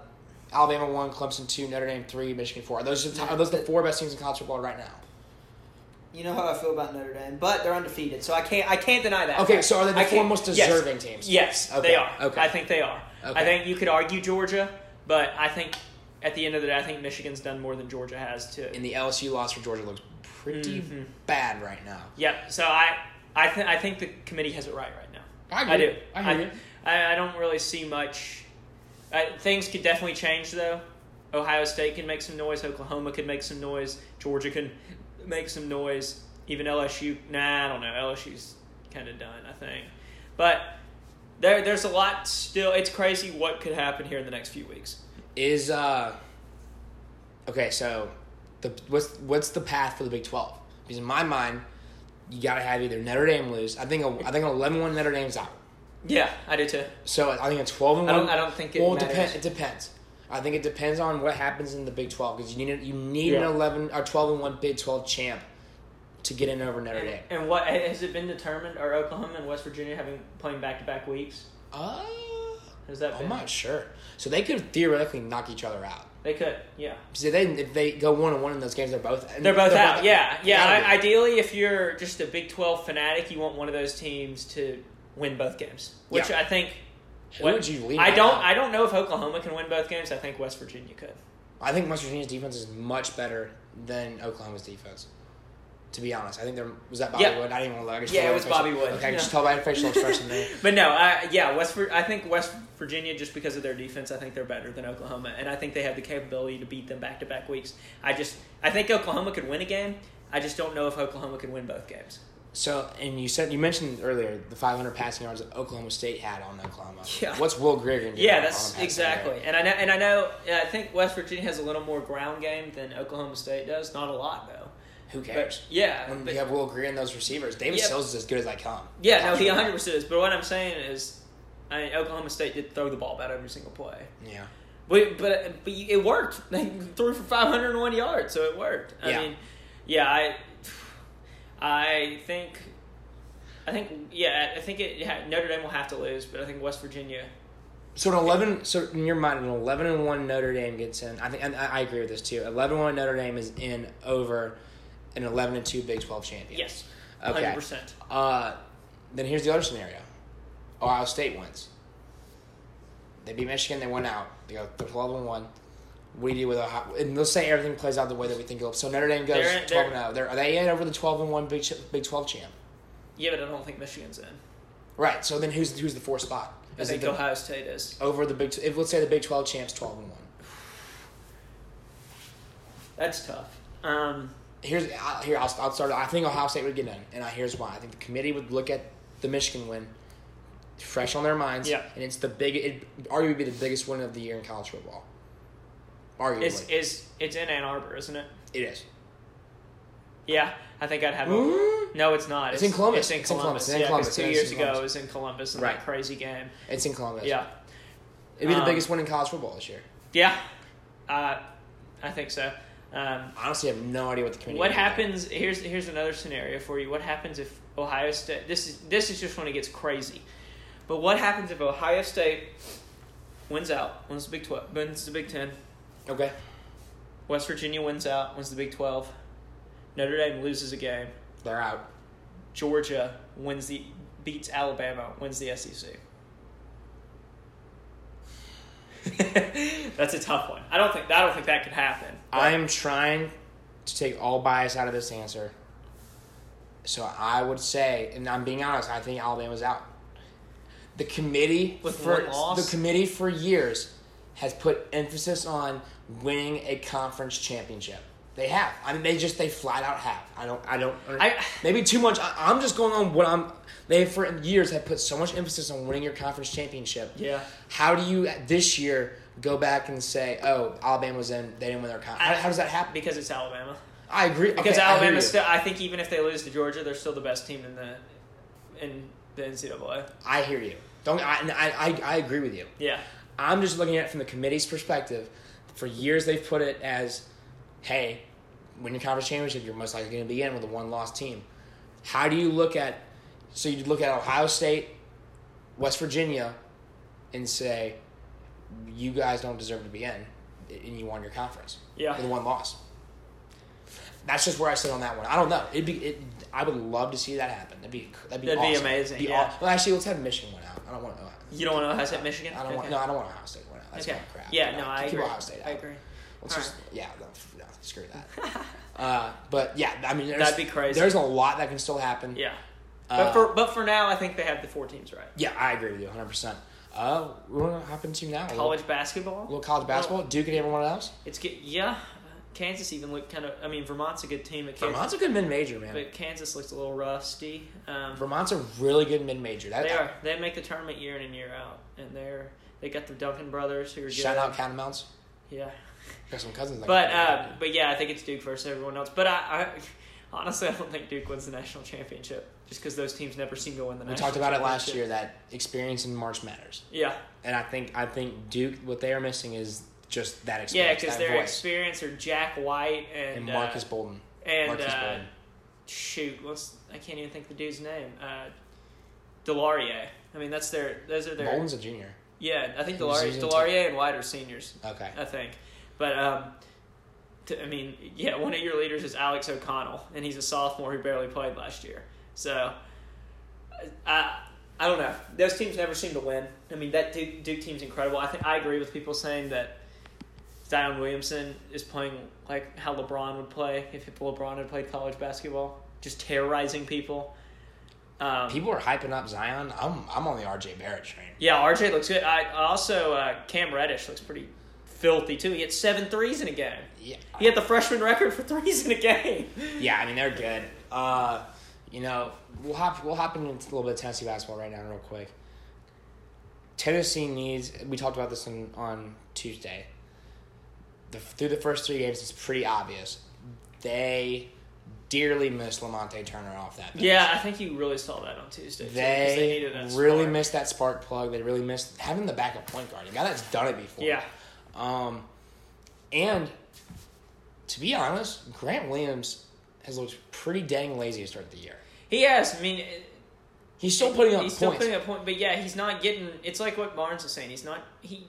A: Alabama one, Clemson two, Notre Dame three, Michigan four. Are those the top, are those the four best teams in college football right now?
C: You know how I feel about Notre Dame, but they're undefeated, so I can't I can't deny that.
A: Okay, so are they the
B: I
A: four
B: can't-
A: most
B: yes.
A: deserving teams?
B: Yes,
A: Okay,
B: they are.
A: okay.
B: I think they are.
A: Okay.
B: I think you could argue Georgia, but I think at the end of the day, I think Michigan's done more than Georgia has too.
A: And the LSU loss for Georgia looks pretty bad right now.
B: Yep. So I I think I think the committee has it right right now.
A: I agree.
B: do.
A: I hear you.
B: I, I don't really see much. I, things could definitely change though. Ohio State can make some noise. Oklahoma could make some noise. Georgia can make some noise. Even LSU. Nah, I don't know. LSU's kind of done. I think, but there there's a lot still. It's crazy what could happen here in the next few weeks.
A: Is uh okay, so the what's what's the path for the Big Twelve? Because in my mind, you gotta have either Notre Dame lose. I think a, I think an eleven one Notre Dame's out.
B: Yeah, I do too.
A: So I think a twelve and
B: I
A: one.
B: don't- I don't think it
A: well, it
B: matters.
A: depends. It depends. I think it depends on what happens in the Big Twelve because you need you need
B: Yeah.
A: an eleven or twelve and one Big Twelve champ to get in over Notre Dame.
B: And what has it been determined? Are Oklahoma and West Virginia having playing back to back weeks?
A: Uh,
B: Has that been?
A: I'm not sure. So they could theoretically knock each other out.
B: They could, yeah.
A: See, they if they go one on one in those games, they're both
B: They're both out. Yeah, yeah.
A: Gotta
B: I,
A: be.
B: ideally, if you're just a Big Twelve fanatic, you want one of those teams to win both games, which
A: Yeah.
B: I think.
A: Who
B: what-
A: would you leave?
B: I
A: out?
B: don't. I don't know if Oklahoma can win both games. I think West Virginia could.
A: I think West Virginia's defense is much better than Oklahoma's defense. To be honest, I think there was that Bobby
B: Yeah.
A: Wood. I didn't even look. I just told
B: Yeah, it
A: by
B: was
A: facial-
B: Bobby Wood.
A: Okay, I
B: Yeah.
A: just tell by facial expression there.
B: But no, I, yeah, West. Vir- I think West Virginia, just because of their defense, I think they're better than Oklahoma, and I think they have the capability to beat them back to back weeks. I just, I think Oklahoma could win a game. I just don't know if Oklahoma could win both games.
A: So, and you said you mentioned earlier the 500 passing yards that Oklahoma State had on Oklahoma.
B: Yeah.
A: What's Will Greer going to do?
B: Yeah,
A: on
B: that's
A: Oklahoma passing
B: exactly. And I know, and I know. I think West Virginia has a little more ground game than Oklahoma State does. Not a lot though.
A: yards? Who
B: But
A: cares?
B: yeah,
A: when
B: but-
A: you have Will Greer and those receivers, Davis
B: Yeah.
A: Sills is as good as I come.
B: yeah. No, he 100 percent is. But what I'm saying is, I mean, Oklahoma State did throw the ball about every single play.
A: Yeah.
B: But but but it worked. They threw for 501 yards, so it worked. I
A: Yeah.
B: mean, yeah, I I think I think yeah, I think it ha- Notre Dame will have to lose, but I think West Virginia.
A: So an eleven. So in your mind, an eleven and one Notre Dame gets in. I think, and I I agree with this too. Eleven and one Notre Dame is in over an eleven and two Big Twelve champion.
B: Yes.
A: Okay.
B: 100%.
A: Uh, then here's the other scenario: Ohio State wins. They beat Michigan. They win out. They go they're twelve and one. We do with Ohio, and let's say everything plays out the way that we think it will. So Notre Dame goes
B: They're in-
A: twelve and zero. They're, are they in over the twelve and one Big Ch- Big Twelve champ?
B: Yeah, but I don't think Michigan's in.
A: Right. So then who's who's the fourth spot?
B: I
A: Is it
B: think
A: the,
B: Ohio State is.
A: over the Big? Tw- If let's say the Big Twelve champs twelve and one.
B: That's tough. Um,
A: Here's I- here I'll, I'll start. I think Ohio State would get in, and I, here's why. I think the committee would look at the Michigan win, fresh on their minds,
B: Yeah.
A: and it's the big. It arguably would be the biggest win of the year in college football. Arguably,
B: it's is it's in Ann Arbor, isn't it?
A: it is.
B: Yeah, I think I'd have. A,
A: Mm.
B: no, it's not.
A: It's in Columbus.
B: It's in
A: It's in Columbus.
B: Columbus.
A: It's in
B: Yeah, 'cause
A: Columbus.
B: two
A: It's
B: years
A: in
B: ago,
A: Columbus.
B: it was in Columbus in
A: Right.
B: that crazy game.
A: It's in Columbus.
B: Yeah.
A: it'd be the
B: Um,
A: biggest win in college football this year.
B: Yeah, uh, I think so. Um,
A: I honestly have no idea what the committee.
B: what
A: would do.
B: happens? Here's here's another scenario for you. What happens if Ohio State? This is this is just when it gets crazy. But what happens if Ohio State wins out? Wins the Big Twelve. Wins the Big Ten.
A: Okay,
B: West Virginia wins out. Wins the Big Twelve. Notre Dame loses a game.
A: they're out.
B: Georgia wins the beats Alabama. Wins the E SEC. That's a tough one. I don't think I don't think that could happen.
A: I am trying to take all bias out of this answer. So I would say, and I'm being honest, I think Alabama's out. The committee
B: With
A: for
B: one loss?
A: the committee for years has put emphasis on winning a conference championship. They have. I mean, they just they flat out have. I don't. I don't.
B: I-
A: maybe too much. I, I'm just going on what I'm. They for years have put so much emphasis on winning your conference championship.
B: Yeah.
A: How do you this year go back and say, "Oh, Alabama's in. They didn't win their conference." How, how does that happen?
B: Because it's Alabama.
A: I agree.
B: Because
A: okay, I hear
B: Alabama
A: you.
B: still, I think even if they lose to Georgia, they're still the best team in the in the NCAA.
A: I hear you. Don't. I, and I, I. I agree with you.
B: Yeah,
A: I'm just looking at it from the committee's perspective. For years, they've put it as, "Hey, when your conference championship, you're most likely going to be in with a one-loss team." How do you look at? So you look at Ohio State, West Virginia, and say, "You guys don't deserve to be in, and you won your conference
B: Yeah.
A: with one loss." That's just where I sit on that one. I don't know. It'd be. It, I would love to see that happen. That'd be. That'd be,
B: That'd be
A: awesome.
B: amazing,
A: Be
B: yeah.
A: aw- well, actually, let's have Michigan one out. I don't want to.
B: you don't want Ohio State, Michigan.
A: I don't want.
B: Okay.
A: No, I don't want Ohio State to win out. That's
B: okay.
A: kind of crap.
B: Yeah, no, I
A: keep
B: agree.
A: Ohio State.
B: I
A: out.
B: agree.
A: Let's
B: All
A: just. Yeah, no, f- no, screw that. uh, but yeah, I mean, there's,
B: That'd be crazy.
A: There's a lot that can still happen.
B: Yeah,
A: Uh,
B: but for but for now, I think they have the four teams right.
A: yeah, I agree with you 100. percent Uh, we want to hop into now. A little,
B: College basketball.
A: little college basketball. Duke and everyone else.
B: It's get yeah. Kansas even looked kind of. I mean, Vermont's a good team. At Kansas,
A: Vermont's a good mid major, man.
B: but Kansas looks a little rusty. Um,
A: Vermont's a really good mid major.
B: they are. They make the tournament year in and year out, and they're they got the Duncan brothers who are good.
A: Shout out Catamounts.
B: Yeah.
A: Got some cousins. Like
B: But uh, but yeah, I think it's Duke versus everyone else. But I, I honestly, I don't think Duke wins the national championship just because those teams never seem to win the.
A: we
B: national
A: talked about it last year
B: championship.
A: that experience in March matters,
B: Yeah,
A: and I think I think Duke what they are missing is just that
B: yeah,
A: experience.
B: because
A: that
B: their
A: voice.
B: experience are Jack White and,
A: and
B: uh,
A: Marcus Bolden.
B: and
A: Marcus
B: uh,
A: Bolden.
B: shoot, what's I can't even think the dude's name. Uh, Delaria. I mean, that's their. Those are their.
A: Bolden's a junior.
B: Yeah, I think
A: Who's
B: Delari-
A: using
B: Delaria and White are seniors.
A: Okay.
B: I think. But um, t- I mean, yeah, one of your leaders is Alex O'Connell, and he's a sophomore who barely played last year. So I I don't know. Those teams never seem to win. I mean, that Duke, Duke team's incredible. I think I agree with people saying that Zion Williamson is playing like how LeBron would play if LeBron had played college basketball, just terrorizing people. Um,
A: People are hyping up Zion. I'm I'm on the RJ Barrett train.
B: yeah, RJ looks good. I also uh, Cam Reddish looks pretty filthy too. He hit seven threes in a game.
A: Yeah.
B: He had the freshman record for threes in a game.
A: Yeah, I mean they're good. Uh, you know, we'll hop we'll hop into a little bit of Tennessee basketball right now, real quick. Tennessee needs. We talked about this on on Tuesday. The, through the first three games, it's pretty obvious. They dearly missed Lamonte Turner off that. bench.
B: Yeah, I think you really saw that on Tuesday. too, 'cause
A: They,
B: needed a
A: really
B: spark.
A: missed that spark plug. They really missed having the backup point guard, a guy that's done it before.
B: Yeah,
A: Um, and to be honest, Grant Williams has looked pretty dang lazy to start the year.
B: he has. I mean, it-
A: He's still putting up
B: he's still
A: points.
B: putting up points, but yeah, he's not getting. It's like what Barnes was saying. He's not. He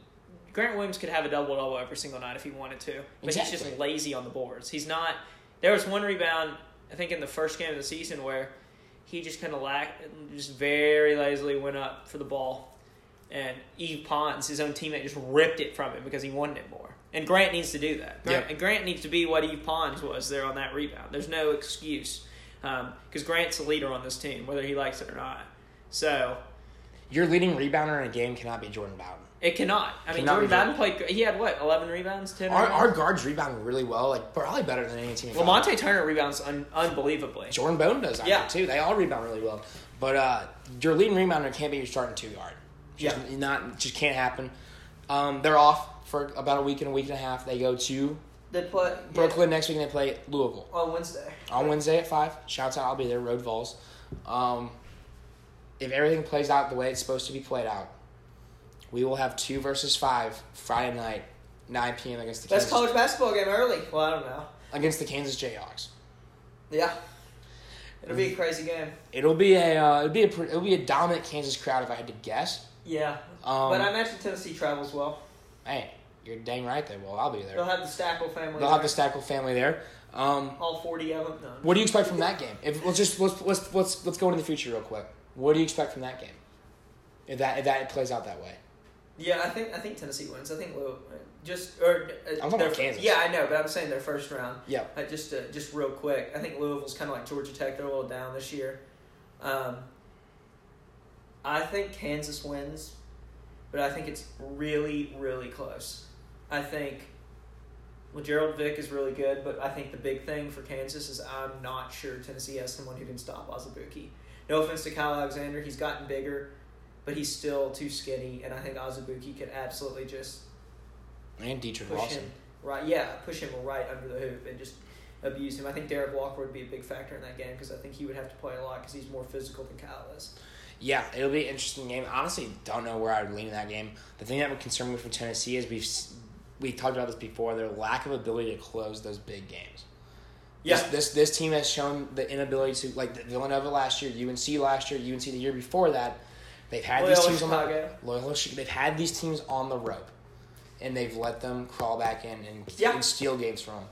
B: Grant Williams could have a double double every single night if he wanted to, but he's
A: Exactly.
B: just lazy on the boards. He's not. There was one rebound, I think, in the first game of the season where he just kind of lacked, just very lazily went up for the ball, and Eve Pons, his own teammate, just ripped it from him because he wanted it more. And Grant needs to do that. Grant,
A: Yeah.
B: And Grant needs to be what Eve Pons was there on that rebound. There's no excuse because Grant's the leader on this team, whether he likes it or not. So
A: Your leading rebounder in a game cannot be Jordan Bowden.
B: it cannot. I mean,
A: Cannot be
B: Jordan Bowden played. He had what, eleven rebounds, ten.
A: Our, our
B: rebounds?
A: guards rebound really well, like probably better than any team. in college.
B: Lamonte Turner rebounds un- unbelievably.
A: Jordan Bowden does that
B: Yeah.
A: too. They all rebound really well. But uh, your leading rebounder can't be your starting two guard. Just
B: Yeah.
A: not just can't happen. Um, they're off for about a week and a week and a half. They go to
C: They play
A: Brooklyn next week and they play Louisville.
C: on Wednesday.
A: on Wednesday at five. Shouts out, I'll be there. Road Vols. Um, if everything plays out the way it's supposed to be played out, we will have two versus five Friday night, nine p.m. against the Kansas,
C: Best college basketball game early. Well, I don't know.
A: against the Kansas Jayhawks.
C: Yeah, it'll
A: Mm.
C: be a crazy game.
A: It'll be a uh, it'll be a pre- it'll be a dominant Kansas crowd if I had to guess.
C: Yeah,
A: Um,
C: but I imagine Tennessee travels well.
A: hey, you're dang right they will. I'll be
C: They'll
A: there.
C: have the Stackle family.
A: They'll have the
C: there.
A: Stackle family there. Um,
C: all forty of them. No.
A: what do you expect from that game? If, let's just let's, let's let's let's go into the future real quick. What do you expect from that game? If that if that plays out that way.
C: Yeah, I think I think Tennessee wins. I think Louis just or uh,
A: talking
C: their-
A: about Kansas.
C: Yeah, I know, but I'm saying their first round.
A: Yeah.
C: Uh, just uh, just real quick, I think Louisville's kind of like Georgia Tech. They're a little down this year. Um, I think Kansas wins, but I think it's really really close. I think. Well, Gerald Vick is really good, but I think the big thing for Kansas is I'm not sure Tennessee has someone who can stop Azabuki. No offense to Kyle Alexander, he's gotten bigger, but he's still too skinny, and I think Azabuki could absolutely just
A: And Dietrich
C: push
A: Lawson.
C: him right. Yeah, push him right under the hoop and just abuse him. I think Derek Walker would be a big factor in that game because I think he would have to play a lot because he's more physical than Kyle is.
A: Yeah, it'll be an interesting game. Honestly, don't know where I would lean in that game. The thing that would concern me for Tennessee is we've s- we talked about this before. Their lack of ability to close those big games. This, this this team has shown the inability to like Villanova last year, UNC last year, UNC the year before that. They've had these
C: Loyola
A: teams on the
C: Chicago.
A: Loyola, Chi- they've had these teams on the rope, and they've let them crawl back in and,
C: Yeah.
A: and steal games from them.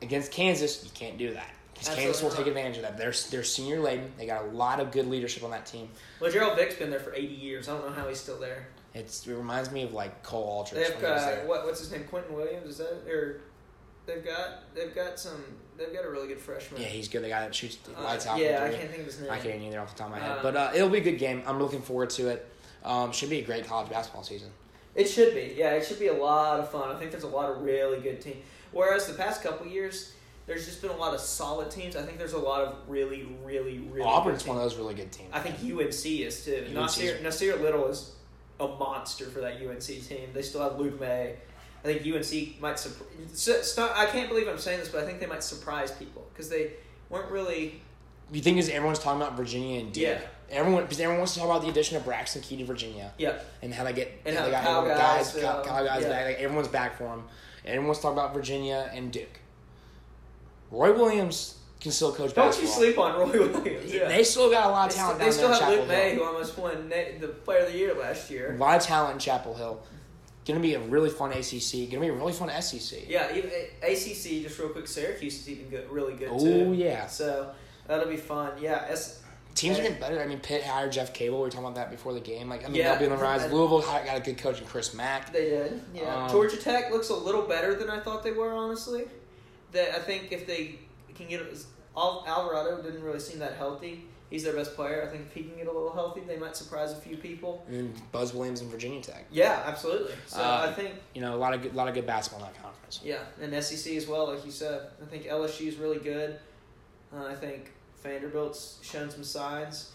A: Against Kansas, you can't do that. 'Cause Kansas
C: Absolutely
A: will take
C: not.
A: advantage of that. They're they're senior laden. They got a lot of good leadership on that team.
C: Well, Gerald Vick's been there for 80 years. I don't know how he's still there.
A: It's, it reminds me of like Cole Aldrich.
C: They have
A: when he was
C: uh,
A: there.
C: what? What's his name? Quentin Williams? Is that or they've got they've got some they've got a really good freshman.
A: yeah, he's good. The guy that shoots
C: Uh,
A: lights out.
C: yeah,
A: from
C: I
A: three.
C: can't think of his name.
A: I can't either off the top of my head.
C: Uh,
A: but uh, it'll be a good game. I'm looking forward to it. Um, should be a great college basketball season.
C: It should be. Yeah, it should be a lot of fun. I think there's a lot of really good teams. Whereas the past couple years, there's just been a lot of solid teams. I think there's a lot of really, really, really.
A: Auburn's
C: good
A: one
C: teams.
A: of those really good teams.
C: I think UNC is too.
A: UNC 's-
C: Nasir, Nasir Little is a monster for that UNC team. They still have Luke May. I think UNC might surprise. I can't believe I'm saying this, but I think they might surprise people because they weren't really.
A: You think is everyone's talking about Virginia and Duke.
C: Yeah.
A: Everyone because everyone wants to talk about the addition of Braxton Key to Virginia
C: Yeah,
A: and how they get
C: And
A: how
C: how
A: they got
C: Kyle
A: more guys,
C: Guys,
A: Kyle,
C: uh,
A: Kyle guys
C: yeah.
A: back. Like everyone's back for him. Everyone's talking about Virginia and Duke. Roy Williams can still coach
C: Don't you
A: basketball.
C: sleep on Roy Williams. Yeah.
A: They still got a lot
C: They
A: of
C: still,
A: talent
C: they still
A: down there
C: have
A: in
C: Luke
A: Chapel Hill.
C: May, who almost won Na- the Player of the Year last year.
A: A lot of talent in Chapel Hill. Going to be a really fun ACC. Going to be a really fun E SEC.
C: Yeah, e, even ACC. Just real quick, Syracuse is even good, really good
A: oh
C: too.
A: yeah,
C: So that'll be fun. Yeah, S-
A: teams are getting better. I mean, Pitt hired Jeff Cable. We were talking about that before the game. Like, I mean,
C: Yeah.
A: they'll be on the rise. Louisville hi- got a good coach in Chris Mack.
C: they did. Yeah,
A: Um,
C: Georgia Tech looks a little better than I thought they were. Honestly, that I think if they can get Al- Alvarado didn't really seem that healthy. He's their best player. I think if he can get a little healthy, they might surprise a few people.
A: And then Buzz Williams in Virginia Tech.
C: Yeah, absolutely. So
A: Uh,
C: I think
A: You know, a lot of good, lot of good basketball in that conference.
C: Yeah, and SEC as well, like you said. I think LSU is really good. Uh, I think Vanderbilt's shown some signs.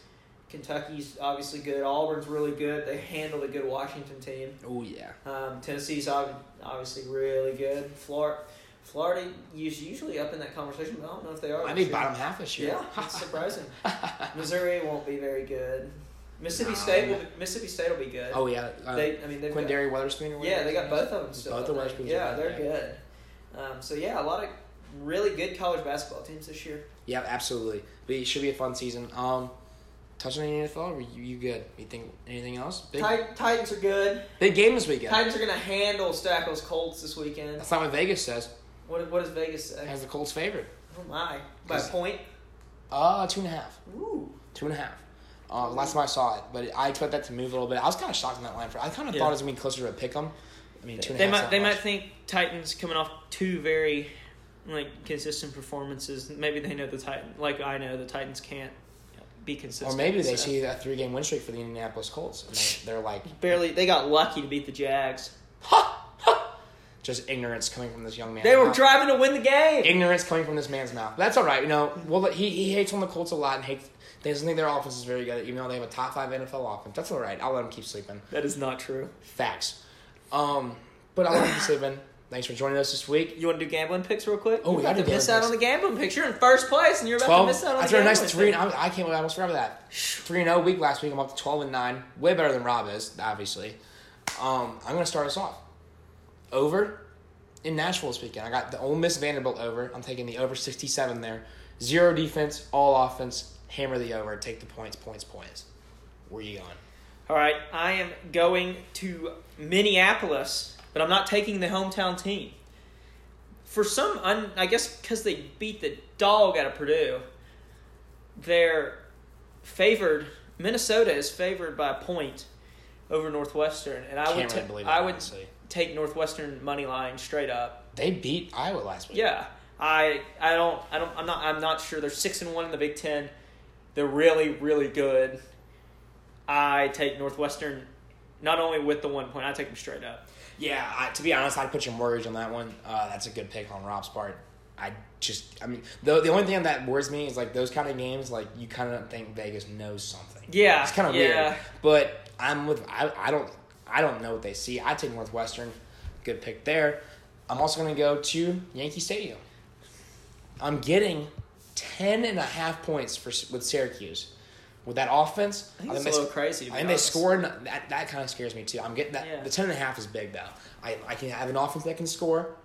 C: Kentucky's obviously good. Auburn's really good. They handled a good Washington team.
A: Oh yeah.
C: Um, Tennessee's ob- obviously really good. Florida, Florida is usually up in that conversation, but I don't know if they are.
A: Might
C: this
A: be
C: year.
A: bottom half this year.
C: Yeah, it's surprising. Missouri won't be very good. Mississippi State will. Be, Mississippi State will be good.
A: Um, oh yeah. Uh,
C: they, I mean, they've got-
A: Quindary Weatherspoon. Or whatever
C: yeah, they
A: his
C: got
A: name
C: both
A: is.
C: of them still.
A: Both the
C: I
A: West
C: think.
A: Coons
C: Yeah,
A: are
C: they're
A: back,
C: good. Um, so yeah, a lot of really good college basketball teams this year.
A: Yeah, absolutely. But it should be a fun season. Um, touch on any NFL? Or you, you good? You think anything else? Big,
C: Tit- Titans are good.
A: big game this weekend.
C: Titans are going to handle Stackles Colts this weekend.
A: That's not what Vegas says.
C: What what does Vegas say?
A: Has the Colts favored?
C: Oh my, by a
A: Cause-
C: point.
A: Uh, two and a half.
C: Ooh,
A: Two and a half. Uh, last time I saw it, but I expect that to move a little bit. I was kind of shocked on that line for. I kind of
B: Yeah.
A: thought it was gonna be closer to a pick 'em. I mean, two and a
B: They
A: half.
B: might they might think Titans coming off two very like consistent performances. Maybe they know the Titan like I know the Titans can't be consistent.
A: or maybe they
B: so.
A: see a three-game win streak for the Indianapolis Colts, and they, they're like,
B: barely they got lucky to beat the Jags.
A: just ignorance coming from this young man.
C: they were
A: Not-
C: driving to win the game.
A: ignorance coming from this man's mouth. That's all right. You know, well, he, he hates on the Colts a lot and hates. Doesn't think their offense is very good, even though they have a top five NFL offense. That's all right. I'll let him keep sleeping.
B: That is not true.
A: Facts. Um, but I'll let him keep sleeping. Thanks for joining us this week.
C: You want to do gambling picks real quick?
A: Oh,
C: you're
A: we
C: about
A: gotta
C: to
A: do
C: miss
A: gambling
C: out on the gambling picks. You're in first place, and you're about
A: Twelve.
C: to miss out
A: I
C: on the
A: threw a
C: gambling.
A: nice three.
C: thing.
A: And I, I can't believe I almost forgot about that. Three and zero week last week. I'm up to twelve and nine. Way better than Rob is, obviously. Um, I'm gonna start us off. Over in Nashville this weekend. I got the Ole Miss Vanderbilt over. I'm taking the over 67 there. Zero defense, all offense. Hammer the over. Take the points. Points. Points. Where you going?
B: All right, I am going to Minneapolis, but I'm not taking the hometown team. For some, un- I guess because they beat the dog out of Purdue, they're favored. Minnesota is favored by a point over Northwestern, and I
A: I
B: would
A: can't
B: ta-
A: really believe it.
B: I would
A: honestly.
B: take Northwestern money line straight up.
A: They beat Iowa last week.
B: Yeah, I I don't I don't I'm not I'm not sure. They're six and one in the Big Ten. They're really really good. I take Northwestern, not only with the one point, I take them straight up.
A: Yeah. I, to be honest, I'd put your mortgage on that one. Uh, that's a good pick on Rob's part. I just, I mean, the, the only thing that worries me is like those kind of games, like you kind of think Vegas knows something.
B: Yeah,
A: It's kind of
B: yeah.
A: weird. But I'm with I, I don't I don't know what they see. I take Northwestern. Good pick there. I'm also gonna go to Yankee Stadium. I'm getting ten and a half points for with Syracuse. With that offense,
B: I think it's a little crazy. to
A: I think
B: be
A: they
B: honest.
A: scored. That, that kind of scares me too. I'm getting that.
B: Yeah.
A: The ten and a half is big though. I, I can have an offense that can score,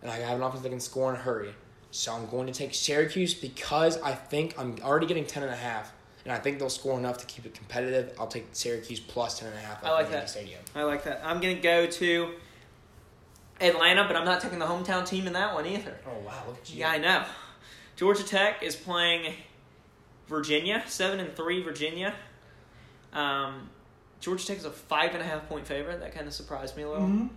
A: and I can have an offense that can score in a hurry. So I'm going to take Syracuse because I think I'm already getting ten and a half, and I think they'll score enough to keep it competitive. I'll take Syracuse plus ten and a half.
B: I like
A: at Yankee
B: that.
A: Stadium.
B: I like that. I'm gonna go to Atlanta, but I'm not taking the hometown team in that one either.
A: Oh wow! Look at you.
B: Yeah, I know. Georgia Tech is playing Virginia, seven and three Virginia. Um, Georgia Tech is a five and a half point favorite. That kind of surprised me a little.
A: Mhm.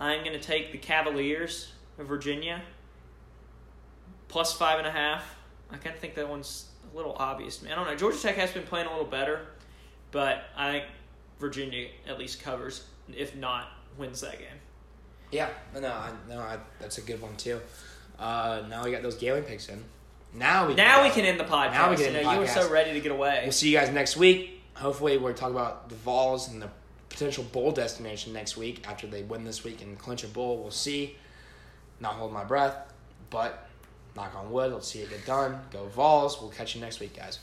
B: I'm going to take the Cavaliers of Virginia plus five and a half. I kind of think that one's a little obvious to me. I don't know. Georgia Tech has been playing a little better, but I think Virginia at least covers, if not wins that game.
A: Yeah, no, I, no, I, that's a good one too. Uh, now we got those Galen picks in. Now we
B: Now we can end the podcast.
A: Now we can end
B: you
A: the
B: know, you were so
A: podcast.
B: ready to get away.
A: Uh, We'll see you guys next week. Hopefully, we're talking about the Vols and the potential bowl destination next week after they win this week and clinch a bowl. We'll see. Not hold my breath, but knock on wood, let's see it get done. Go Vols. We'll catch you next week, guys.